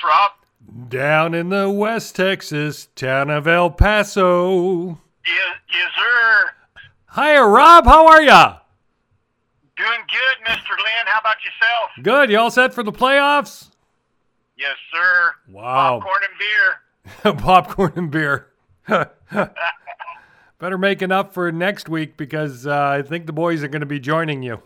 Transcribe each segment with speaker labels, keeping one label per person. Speaker 1: from?
Speaker 2: Down in the West Texas town of El Paso.
Speaker 1: Yes, yes, sir.
Speaker 2: Hiya, Rob. How are ya?
Speaker 1: Doing good, Mr. Lynn. How about yourself?
Speaker 2: Good. Y'all set for the playoffs?
Speaker 1: Yes, sir.
Speaker 2: Wow.
Speaker 1: Popcorn and beer.
Speaker 2: Popcorn and beer. Better make enough for next week because uh, I think the boys are going to be joining you.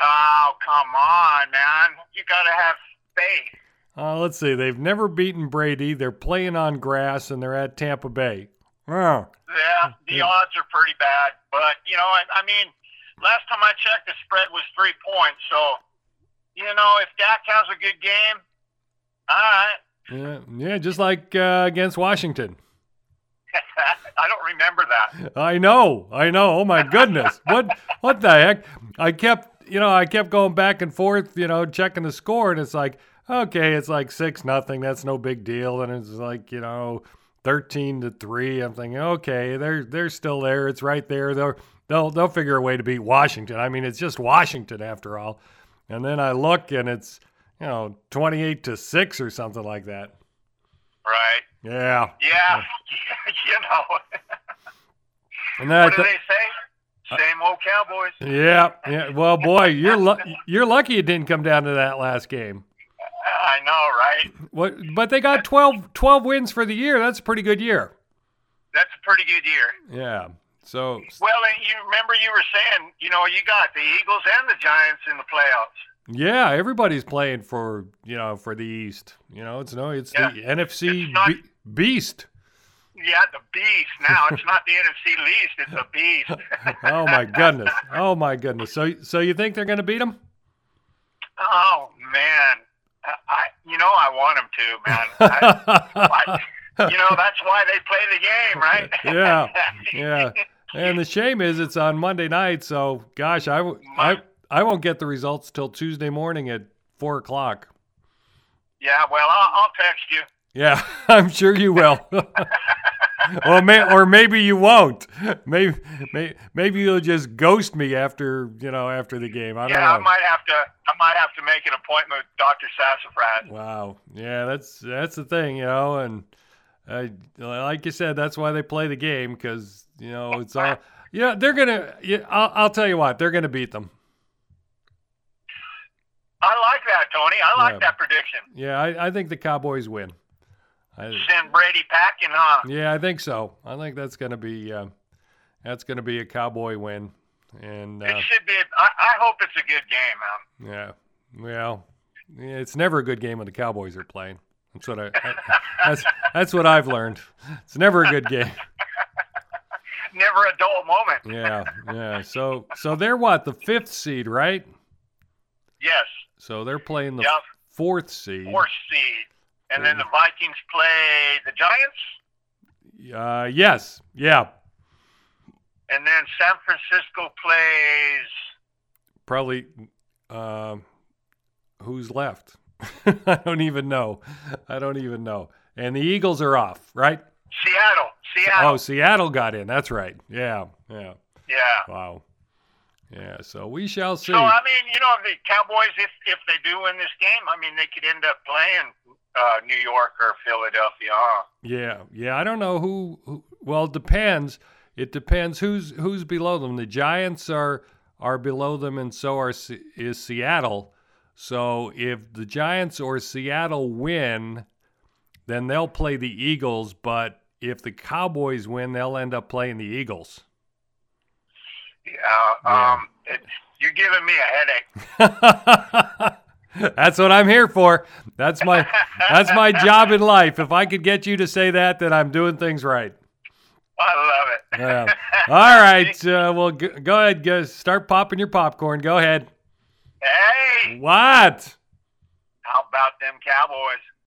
Speaker 1: Oh, come on, man. You got to have faith.
Speaker 2: Uh, let's see. They've never beaten Brady. They're playing on grass and they're at Tampa Bay. Oh,
Speaker 1: Yeah, the odds are pretty bad. But, you know, I, I mean, last time I checked, the spread was three points. So, you know, if Dak has a good game, all right.
Speaker 2: yeah, yeah, just like uh, against Washington.
Speaker 1: I don't remember that.
Speaker 2: I know, I know. Oh my goodness, what what the heck? I kept, you know, I kept going back and forth, you know, checking the score, and it's like, okay, it's like six nothing. That's no big deal, and it's like, you know, thirteen to three. I'm thinking, okay, they're they're still there. It's right there. They'll they'll they'll figure a way to beat Washington. I mean, it's just Washington after all. And then I look, and it's you know, twenty eight to six or something like that.
Speaker 1: Right.
Speaker 2: Yeah,
Speaker 1: Yeah. you know,
Speaker 2: and then I
Speaker 1: what do
Speaker 2: th-
Speaker 1: they say? Same old Cowboys.
Speaker 2: Yeah, yeah. Well, boy, you're lu- you're lucky it didn't come down to that last game.
Speaker 1: I know, right?
Speaker 2: What? But they got 12, 12 wins for the year. That's a pretty good year.
Speaker 1: That's a pretty good year.
Speaker 2: Yeah. So
Speaker 1: Well, and you remember you were saying, you know, you got the Eagles and the Giants in the playoffs.
Speaker 2: yeah, everybody's playing for you know for the East. You know, it's no, it's the NFC
Speaker 1: It's not-
Speaker 2: be- beast.
Speaker 1: Yeah, the beast. Now it's not the NFC least; it's the beast.
Speaker 2: Oh my goodness. Oh my goodness. So so you think they're going to beat them?
Speaker 1: oh man, I, I, you know, I want them to, man. I, I, you know, that's why they play the game, right?
Speaker 2: yeah, yeah. And the shame is it's on Monday night. So gosh, I w- I I won't get the results till Tuesday morning at four o'clock.
Speaker 1: yeah. Well, I'll, I'll text you.
Speaker 2: Yeah, I'm sure you will. or may, or maybe you won't. Maybe may, maybe you'll just ghost me after you know after the game. I don't
Speaker 1: Yeah, I
Speaker 2: know.
Speaker 1: might have to. I might have to make an appointment with Doctor Sassafras.
Speaker 2: Wow. Yeah, that's that's the thing, you know, and I, like you said, that's why they play the game because you know it's all. Yeah, they're gonna. Yeah, I'll, I'll tell you what, they're gonna beat them.
Speaker 1: I like that, Tony. I like
Speaker 2: Yeah.
Speaker 1: that prediction.
Speaker 2: Yeah, I, I think the Cowboys win. I,
Speaker 1: Send Brady packing, huh?
Speaker 2: yeah, I think so. I think that's gonna be uh, that's gonna be a Cowboy win, and uh,
Speaker 1: It should be. I, I hope it's a good game, um, man.
Speaker 2: yeah, well, yeah, it's never a good game when the Cowboys are playing. That's what I, I that's that's what I've learned. It's never a good game.
Speaker 1: Never a dull moment.
Speaker 2: Yeah, yeah. So so they're what the fifth seed, right?
Speaker 1: Yes,
Speaker 2: So they're playing the
Speaker 1: Yeah.
Speaker 2: fourth seed.
Speaker 1: fourth seed, and then the Vikings play the Giants,
Speaker 2: Uh, yes, yeah,
Speaker 1: and then San Francisco plays.
Speaker 2: probably. Um, who's left? I don't even know. I don't even know. And the Eagles are off, right?
Speaker 1: Seattle, Seattle,
Speaker 2: Oh, Seattle got in. That's right. Yeah, yeah.
Speaker 1: yeah.
Speaker 2: Wow. Yeah. So we shall see.
Speaker 1: So I mean, you know, the Cowboys, if if they do win this game, I mean, they could end up playing uh, New York or Philadelphia. Huh?
Speaker 2: Yeah, yeah. I don't know who, who. Well, it depends. It depends who's who's below them. The Giants are are below them, and so are Se- is Seattle. So if the Giants or Seattle win, then they'll play the Eagles. But if the Cowboys win, they'll end up playing the Eagles.
Speaker 1: Yeah. Um, it, you're giving me a headache.
Speaker 2: that's what I'm here for. That's my that's my job in life. If I could get you to say that, then I'm doing things right.
Speaker 1: I love it.
Speaker 2: Yeah. All right. Uh, well, go, go ahead. Go, start popping your popcorn. Go ahead.
Speaker 1: Hey,
Speaker 2: What?
Speaker 1: how about them Cowboys?